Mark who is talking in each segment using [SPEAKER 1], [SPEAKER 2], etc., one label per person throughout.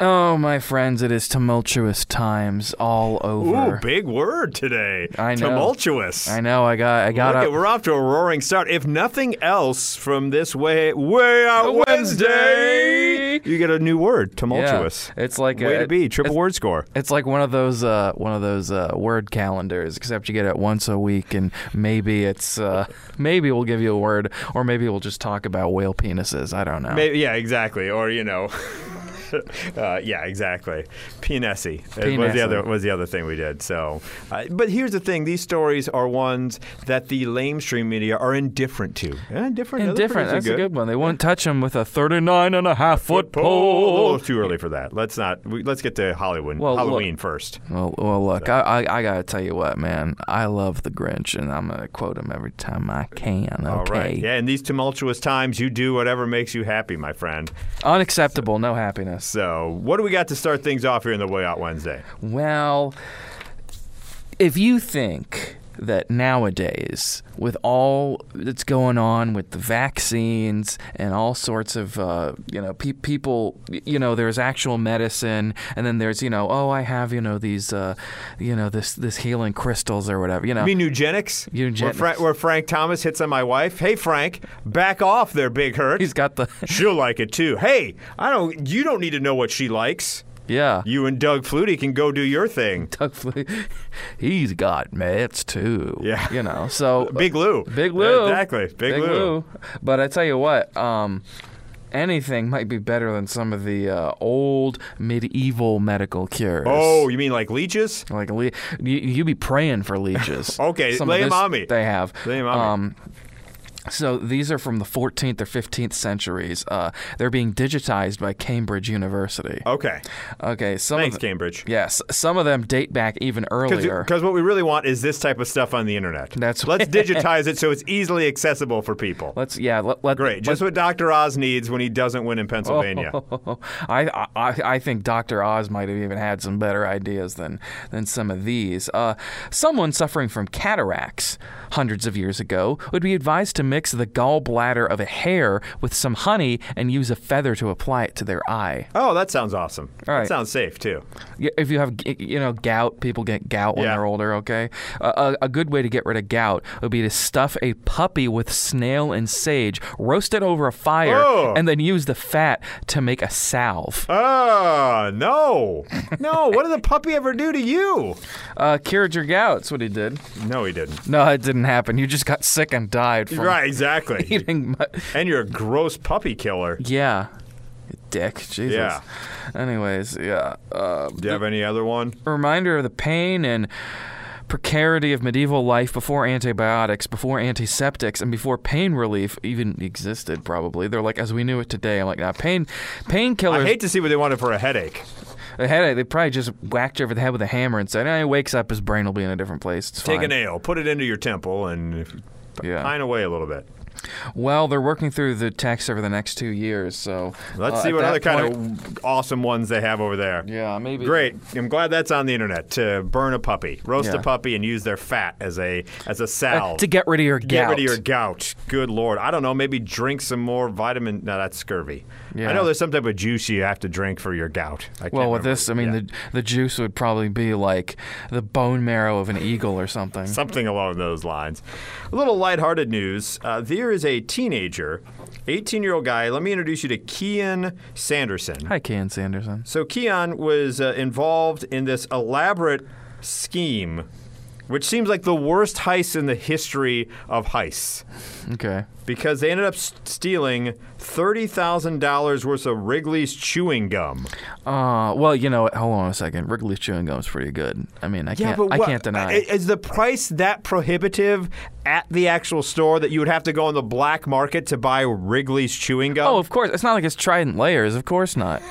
[SPEAKER 1] Oh, my friends, it is tumultuous times all over.
[SPEAKER 2] Ooh, big word today.
[SPEAKER 1] I know.
[SPEAKER 2] Tumultuous.
[SPEAKER 1] I know. I got. I got
[SPEAKER 2] Look
[SPEAKER 1] up.
[SPEAKER 2] at, we're off to a roaring start. If nothing else from this way, way out Wednesday,
[SPEAKER 1] Wednesday.
[SPEAKER 2] you get a new word,
[SPEAKER 1] Yeah.
[SPEAKER 2] tumultuous.
[SPEAKER 1] It's like
[SPEAKER 2] Way
[SPEAKER 1] a,
[SPEAKER 2] to be, triple word score.
[SPEAKER 1] It's like one of those uh, one of those uh, word calendars, except you get it once a week, and maybe it's uh, maybe we'll give you a word, or maybe we'll just talk about whale penises. I don't know.
[SPEAKER 2] Maybe, yeah, exactly. Or you know, uh, yeah, exactly. Pinessi It was
[SPEAKER 1] Pinessi.
[SPEAKER 2] the other was the other thing we did. So, uh, but here's the thing: these stories are ones that the lamestream media are indifferent to. Eh, indifferent,
[SPEAKER 1] and
[SPEAKER 2] other
[SPEAKER 1] different.
[SPEAKER 2] pretty
[SPEAKER 1] That's a good one. They won't touch him with a 39 and a half foot
[SPEAKER 2] Oh,
[SPEAKER 1] pole.
[SPEAKER 2] too early for that. Let's not. We, let's get to Hollywood.
[SPEAKER 1] Well, look-
[SPEAKER 2] Halloween first.
[SPEAKER 1] Well, well, look, I, I, I gotta tell you what, man. I love the Grinch, and I'm gonna quote him every time I can. Okay.
[SPEAKER 2] All right. Yeah, in these tumultuous times, you do whatever makes you happy, my friend.
[SPEAKER 1] Unacceptable. No happiness.
[SPEAKER 2] So, what do we got to start things off here in the Way Out Wednesday?
[SPEAKER 1] Well, if you think that nowadays, with all that's going on with the vaccines and all sorts of, uh, you know, pe- people, you know, there's actual medicine, and then there's, you know, oh, I have, you know, these, uh, you know, this this healing crystals or whatever, you know.
[SPEAKER 2] I mean, eugenics. Where,
[SPEAKER 1] Uh, Eugenics.
[SPEAKER 2] Fra- where Frank Thomas hits on my wife. Hey, Frank, back off there, big hurt.
[SPEAKER 1] He's got the
[SPEAKER 2] She'll like it too. Hey, I don't. You don't need to know what she likes.
[SPEAKER 1] yeah.
[SPEAKER 2] You and Doug Flutie can go do your thing.
[SPEAKER 1] Doug Flutie. He's got meds too.
[SPEAKER 2] Yeah.
[SPEAKER 1] You know, so
[SPEAKER 2] Big Lou.
[SPEAKER 1] Big Lou.
[SPEAKER 2] Exactly. Big, Lou.
[SPEAKER 1] But I tell you what, um, anything might be better than some of the uh, old medieval medical cures.
[SPEAKER 2] Oh, you mean like leeches?
[SPEAKER 1] Like le- you, you be praying for leeches.
[SPEAKER 2] Okay,
[SPEAKER 1] Some
[SPEAKER 2] lay 'em
[SPEAKER 1] of this
[SPEAKER 2] on me.
[SPEAKER 1] They have.
[SPEAKER 2] Lay 'em on me.
[SPEAKER 1] um, So these are from the 14th or 15th centuries. Uh, they're being digitized by Cambridge University.
[SPEAKER 2] Okay.
[SPEAKER 1] Okay, some
[SPEAKER 2] Oh. Thanks,
[SPEAKER 1] of them,
[SPEAKER 2] Cambridge.
[SPEAKER 1] yes, some of them date back even earlier.
[SPEAKER 2] Because what we really want is this type of stuff on the internet.
[SPEAKER 1] That's-
[SPEAKER 2] let's digitize it so it's easily accessible for people.
[SPEAKER 1] Let's yeah, let, let
[SPEAKER 2] Great, just what Dr. Oz needs when he doesn't win in Pennsylvania.
[SPEAKER 1] Oh. I, I I think Dr. Oz might have even had some better ideas than than some of these. Uh, someone suffering from cataracts hundreds of years ago would be advised to mix the gallbladder of a hare with some honey and use a feather to apply it to their eye.
[SPEAKER 2] Oh, that sounds awesome.
[SPEAKER 1] All
[SPEAKER 2] That
[SPEAKER 1] right.
[SPEAKER 2] sounds safe too.
[SPEAKER 1] Y- If you have g- you know gout, people get gout when
[SPEAKER 2] Yeah.
[SPEAKER 1] they're older. Okay, uh, a, a good way to get rid of gout would be to stuff a puppy with snail and sage, roast it over a fire,
[SPEAKER 2] Oh.
[SPEAKER 1] and then use the fat to make a salve.
[SPEAKER 2] Ah, no, no. What did the puppy ever do to you?
[SPEAKER 1] Uh, cured your gout. That's what he did.
[SPEAKER 2] No, he didn't.
[SPEAKER 1] No, it didn't happen. You just got sick and died from
[SPEAKER 2] Right, exactly.
[SPEAKER 1] eating. mu-
[SPEAKER 2] and you're a gross puppy killer.
[SPEAKER 1] yeah, You dick. Jesus.
[SPEAKER 2] Yeah.
[SPEAKER 1] Anyways, yeah. Uh,
[SPEAKER 2] Do you have any other one?
[SPEAKER 1] reminder of the pain and precarity of medieval life before antibiotics, before antiseptics, and before pain relief even existed. Probably they're like as we knew it today. I'm like, nah, pain,
[SPEAKER 2] I
[SPEAKER 1] painkillers.
[SPEAKER 2] hate to see what they wanted for a headache.
[SPEAKER 1] a headache. They probably just whacked you over the head with a hammer and said, "Hey, he wakes up, his brain will be in a different place." It's
[SPEAKER 2] Take a
[SPEAKER 1] fine."
[SPEAKER 2] nail, put it into your temple, and
[SPEAKER 1] Yeah.
[SPEAKER 2] pine away a little bit.
[SPEAKER 1] Well, they're working through the text over the next two years, so
[SPEAKER 2] Let's
[SPEAKER 1] uh,
[SPEAKER 2] see
[SPEAKER 1] at
[SPEAKER 2] what
[SPEAKER 1] that
[SPEAKER 2] other
[SPEAKER 1] point-
[SPEAKER 2] kind of awesome ones they have over there.
[SPEAKER 1] Yeah, maybe.
[SPEAKER 2] Great. I'm glad that's on the internet to burn a puppy, roast
[SPEAKER 1] Yeah.
[SPEAKER 2] a puppy, and use their fat as a as a
[SPEAKER 1] Uh,
[SPEAKER 2] salve
[SPEAKER 1] to get rid of your
[SPEAKER 2] Get
[SPEAKER 1] gout.
[SPEAKER 2] rid of your gout. Good lord. I don't know. Maybe drink some more vitamin. No, that's scurvy. I
[SPEAKER 1] Yeah.
[SPEAKER 2] know there's some type of juice you have to drink for your gout. I can't
[SPEAKER 1] well, with
[SPEAKER 2] remember.
[SPEAKER 1] this, uh, I mean,
[SPEAKER 2] Yeah.
[SPEAKER 1] the the juice would probably be like the bone marrow of an eagle or something.
[SPEAKER 2] something along those lines. A little lighthearted news. Uh, there is a teenager, 18 year old guy. Let me introduce you to Kian Sanderson.
[SPEAKER 1] Hi, Ken Sanderson.
[SPEAKER 2] So Keon was uh, involved in this elaborate scheme, which seems like the worst heist in the history of heists,
[SPEAKER 1] Okay.
[SPEAKER 2] because they ended up s- stealing thirty thousand dollars worth of Wrigley's chewing gum.
[SPEAKER 1] Uh, well, you know, what? hold on a second. Wrigley's chewing gum's pretty good. I mean, I can't, I can't deny. it.
[SPEAKER 2] Is the price that prohibitive at the actual store that you would have to go on the black market to buy Wrigley's chewing gum?
[SPEAKER 1] Oh, of course. It's not like it's Trident layers. Of course not.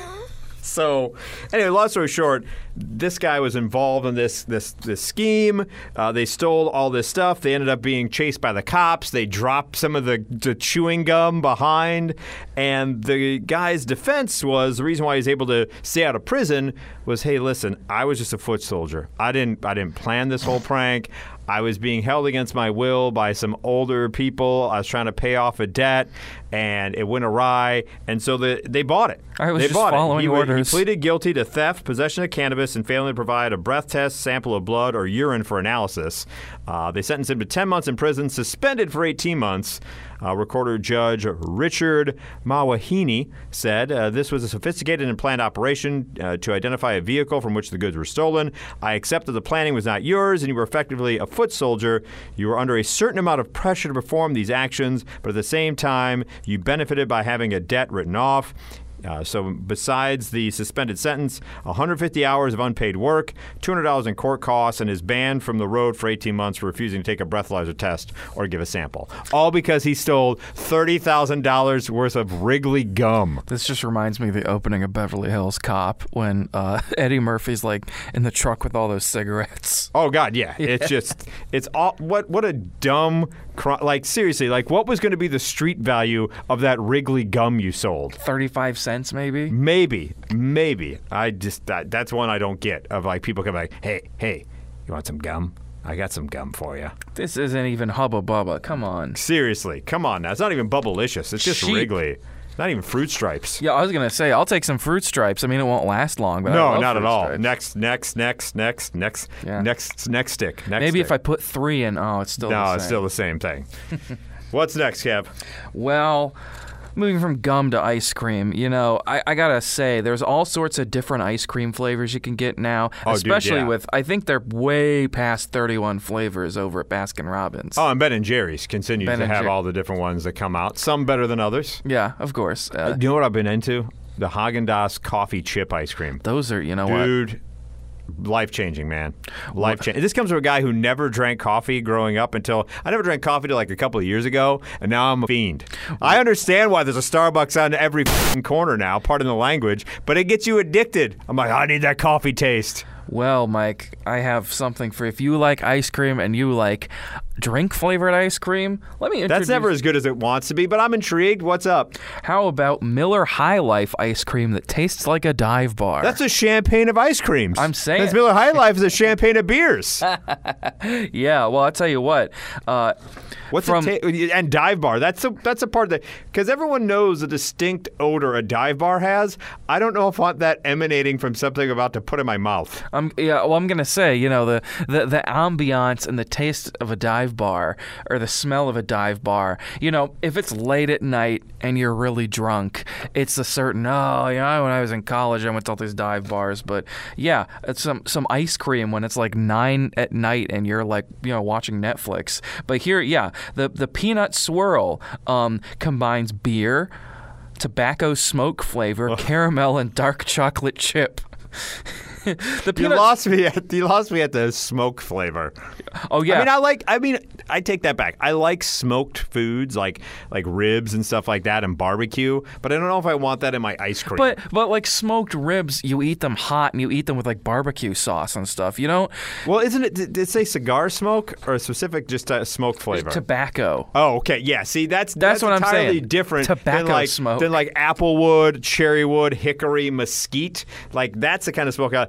[SPEAKER 2] So, anyway, long story short, this guy was involved in this this this scheme. Uh, they stole all this stuff. They ended up being chased by the cops. They dropped some of the, the chewing gum behind, and the guy's defense was the reason why he was able to stay out of prison was, hey, listen, I was just a foot soldier. I didn't I didn't plan this whole prank. I was being held against my will by some older people. I was trying to pay off a debt, and it went awry, and so the, they bought it.
[SPEAKER 1] I was
[SPEAKER 2] they
[SPEAKER 1] just
[SPEAKER 2] bought
[SPEAKER 1] following
[SPEAKER 2] it. He, wa-
[SPEAKER 1] orders.
[SPEAKER 2] He pleaded guilty to theft, possession of cannabis, and failing to provide a breath test, sample of blood, or urine for analysis. Uh, they sentenced him to 10 months in prison, suspended for 18 months. Uh, Recorder Judge Richard Mawahini said uh, this was a sophisticated and planned operation uh, to identify a vehicle from which the goods were stolen. I accept that the planning was not yours and you were effectively a foot soldier. You were under a certain amount of pressure to perform these actions, but at the same time, you benefited by having a debt written off. Uh, so, besides the suspended sentence, 150 hours of unpaid work, $200 in court costs, and is banned from the road for 18 months for refusing to take a breathalyzer test or give a sample. All because he stole $30,000 worth of Wrigley gum.
[SPEAKER 1] This just reminds me of the opening of Beverly Hills Cop when uh, Eddie Murphy's like in the truck with all those cigarettes.
[SPEAKER 2] Oh God, yeah. It's just it's all what what a dumb cr- like seriously like what was going to be the street value of that Wrigley gum you sold?
[SPEAKER 1] 35 cents maybe?
[SPEAKER 2] Maybe, maybe. I just that, that's one I don't get of like people coming like, hey, hey, you want some gum? I got some gum for you.
[SPEAKER 1] This isn't even Hubba Bubba. Come on.
[SPEAKER 2] Seriously, come on now. It's not even Bubblicious. It's just
[SPEAKER 1] Cheap.
[SPEAKER 2] Wrigley. It's not even Fruit Stripes.
[SPEAKER 1] Yeah, I was going to say, I'll take some fruit stripes. I mean, it won't last long, but I
[SPEAKER 2] No,
[SPEAKER 1] love
[SPEAKER 2] not at
[SPEAKER 1] Fruit
[SPEAKER 2] all.
[SPEAKER 1] Stripes.
[SPEAKER 2] Next, next, next, next, next,
[SPEAKER 1] Yeah.
[SPEAKER 2] next, next stick. Next
[SPEAKER 1] Maybe if I
[SPEAKER 2] stick.
[SPEAKER 1] put three in, oh, it's still the
[SPEAKER 2] No,
[SPEAKER 1] same.
[SPEAKER 2] it's still the same thing. What's next, Kev?
[SPEAKER 1] Well, moving from gum to ice cream, you know, I, I gotta say, there's all sorts of different ice cream flavors you can get now,
[SPEAKER 2] Oh, dude,
[SPEAKER 1] especially
[SPEAKER 2] yeah.
[SPEAKER 1] with, I think they're way past 31 flavors over at Baskin Robbins.
[SPEAKER 2] Oh, and Ben and Jerry's continues
[SPEAKER 1] Ben
[SPEAKER 2] to
[SPEAKER 1] and
[SPEAKER 2] have
[SPEAKER 1] Jer-
[SPEAKER 2] all the different ones that come out. Some better than others.
[SPEAKER 1] Yeah, of course. Uh,
[SPEAKER 2] You know what I've been into? The Haagen Dazs coffee chip ice cream.
[SPEAKER 1] those are, you know what?
[SPEAKER 2] Dude, life changing, man. Life changing. This comes from a guy who never drank coffee growing up until I never drank coffee till like a couple of years ago, and now I'm a fiend. I understand why there's a Starbucks on every fing corner now, pardon the language, but it gets you addicted. I'm like, I need that coffee taste.
[SPEAKER 1] Well, Mike, I have something for if you like ice cream and you like drink flavored ice cream, let me
[SPEAKER 2] That's
[SPEAKER 1] introduce
[SPEAKER 2] never as good as it wants to be, but I'm intrigued. What's up?
[SPEAKER 1] How about Miller High Life ice cream that tastes like a dive bar?
[SPEAKER 2] That's a champagne of ice creams.
[SPEAKER 1] I'm saying.
[SPEAKER 2] That's Miller High Life is a champagne of beers.
[SPEAKER 1] yeah, well, I'll tell you what. Uh,
[SPEAKER 2] What's
[SPEAKER 1] from
[SPEAKER 2] the ta- and dive bar? That's the that's a part that because everyone knows the distinct odor a dive bar has. I don't know if I want that emanating from something I'm about to put in my mouth.
[SPEAKER 1] I'm yeah. Well, I'm gonna say you know the the the ambiance and the taste of a dive bar or the smell of a dive bar. You know, if it's late at night and you're really drunk, it's a certain oh you know when I was in college I went to all these dive bars, but yeah, it's some some ice cream when it's like nine at night and you're like you know watching Netflix. But here, yeah, the the peanut swirl um, combines beer. Tobacco smoke flavor, caramel, and dark chocolate chip. the
[SPEAKER 2] You
[SPEAKER 1] peanut
[SPEAKER 2] lost me. At, you lost me at the smoke flavor.
[SPEAKER 1] Oh yeah.
[SPEAKER 2] I mean, I like. I mean, I take that back. I like smoked foods like like ribs and stuff like that and barbecue. But I don't know if I want that in my ice cream.
[SPEAKER 1] but but like smoked ribs, you eat them hot and you eat them with like barbecue sauce and stuff. You know,
[SPEAKER 2] well, isn't it? Did did it say cigar smoke or a specific just uh, smoke flavor?
[SPEAKER 1] tobacco.
[SPEAKER 2] Oh, okay. Yeah. See, that's
[SPEAKER 1] That's
[SPEAKER 2] that's,
[SPEAKER 1] what I'm saying.
[SPEAKER 2] entirely different
[SPEAKER 1] Tobacco
[SPEAKER 2] than like
[SPEAKER 1] smoke.
[SPEAKER 2] than like applewood, cherry wood, hickory, mesquite. Like that's the kind of smoke. I,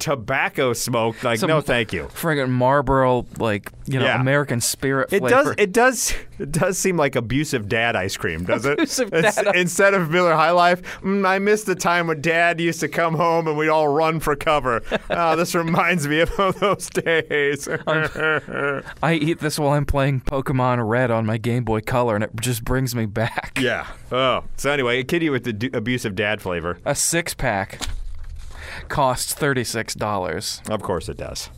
[SPEAKER 2] tobacco smoke. Like
[SPEAKER 1] Some-
[SPEAKER 2] no, thank you.
[SPEAKER 1] Friggin' Marlboro, like you know,
[SPEAKER 2] Yeah.
[SPEAKER 1] American spirit
[SPEAKER 2] It
[SPEAKER 1] flavor.
[SPEAKER 2] does. It does. It does seem like abusive dad ice cream, does it?
[SPEAKER 1] Abusive
[SPEAKER 2] It's-
[SPEAKER 1] dad ice-
[SPEAKER 2] Instead of Miller High Life, mm, I miss the time when Dad used to come home and we'd all run for cover. oh, this reminds me of those days.
[SPEAKER 1] I eat this while I'm playing Pokemon Red on my Game Boy Color, and it just brings me back.
[SPEAKER 2] yeah. Oh. So anyway, a kitty with the d- abusive dad flavor.
[SPEAKER 1] A six pack costs thirty six dollars.
[SPEAKER 2] Of course, it does.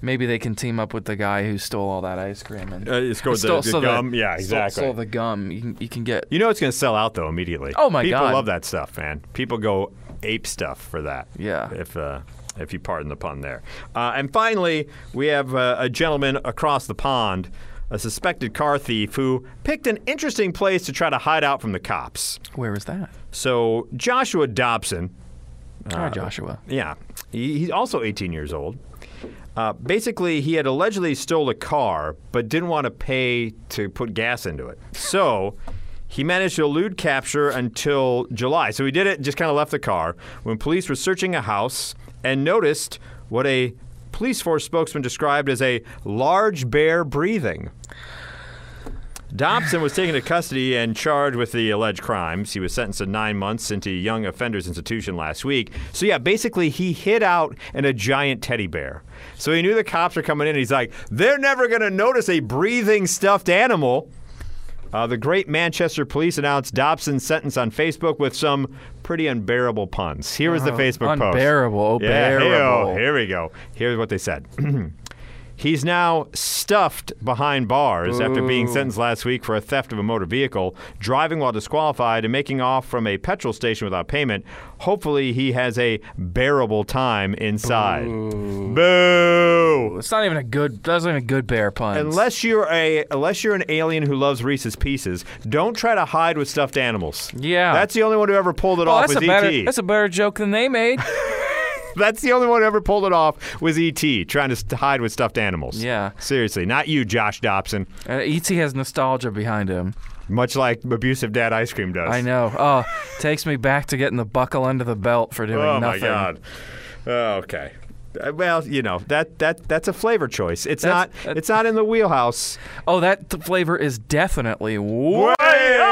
[SPEAKER 1] Maybe they can team up with the guy who stole all that ice cream and
[SPEAKER 2] Uh, it's called the- the
[SPEAKER 1] stole
[SPEAKER 2] gum. Yeah,
[SPEAKER 1] stole-
[SPEAKER 2] exactly.
[SPEAKER 1] Stole the gum. You can you can get
[SPEAKER 2] You know it's going to sell out though immediately.
[SPEAKER 1] Oh, my God.
[SPEAKER 2] People love that stuff, man. People go ape stuff for that.
[SPEAKER 1] Yeah.
[SPEAKER 2] If uh, if you pardon the pun there. Uh, and finally, we have uh, a gentleman across the pond, a suspected car thief who picked an interesting place to try to hide out from the cops.
[SPEAKER 1] where is that?
[SPEAKER 2] So Joshua Dobson, Uh,
[SPEAKER 1] Hi, Ah, Joshua.
[SPEAKER 2] yeah. He, he's also 18 years old. Uh, basically, he had allegedly stole a car, but didn't want to pay to put gas into it. So he managed to elude capture until July. So he did it, just kind of left the car when police were searching a house and noticed what a police force spokesman described as a large bear breathing. Dobson was taken into custody and charged with the alleged crimes. He was sentenced to nine months into Young Offenders Institution last week. So, yeah, basically, he hid out in a giant teddy bear. So he knew the cops were coming in. He's like, they're never going to notice a breathing stuffed animal. Uh, the great Manchester police announced Dobson's sentence on Facebook with some pretty unbearable puns. Here is the Facebook post.
[SPEAKER 1] Oh, unbearable,
[SPEAKER 2] Yeah, hey-o,
[SPEAKER 1] bearable.
[SPEAKER 2] here we go. Here's what they said. He's now stuffed behind bars after being sentenced last week for a theft of a motor vehicle, driving while disqualified, and making off from a petrol station without payment. Hopefully, he has a bearable time inside. Boo.
[SPEAKER 1] It's not even a good. That's not even a good bear pun.
[SPEAKER 2] Unless you're a unless you're an alien who loves Reese's Pieces, don't try to hide with stuffed animals.
[SPEAKER 1] Yeah.
[SPEAKER 2] that's the only one who ever pulled it
[SPEAKER 1] oh,
[SPEAKER 2] off
[SPEAKER 1] that's
[SPEAKER 2] E
[SPEAKER 1] a
[SPEAKER 2] was
[SPEAKER 1] better.
[SPEAKER 2] ET.
[SPEAKER 1] That's a better joke than they made.
[SPEAKER 2] That's the only one who ever pulled it off was ET trying to st- hide with stuffed animals.
[SPEAKER 1] Yeah.
[SPEAKER 2] seriously, not you, Josh Dobson.
[SPEAKER 1] Uh, Et has nostalgia behind him.
[SPEAKER 2] Much like abusive dad ice cream does.
[SPEAKER 1] I know. Oh, takes me back to getting the buckle under the belt for doing
[SPEAKER 2] Oh
[SPEAKER 1] nothing.
[SPEAKER 2] my god. Oh, okay. Uh, Well, you know that that that's a flavor choice. It's
[SPEAKER 1] That's-
[SPEAKER 2] not
[SPEAKER 1] that-
[SPEAKER 2] it's not in the wheelhouse.
[SPEAKER 1] Oh, that th- flavor is definitely way
[SPEAKER 2] Way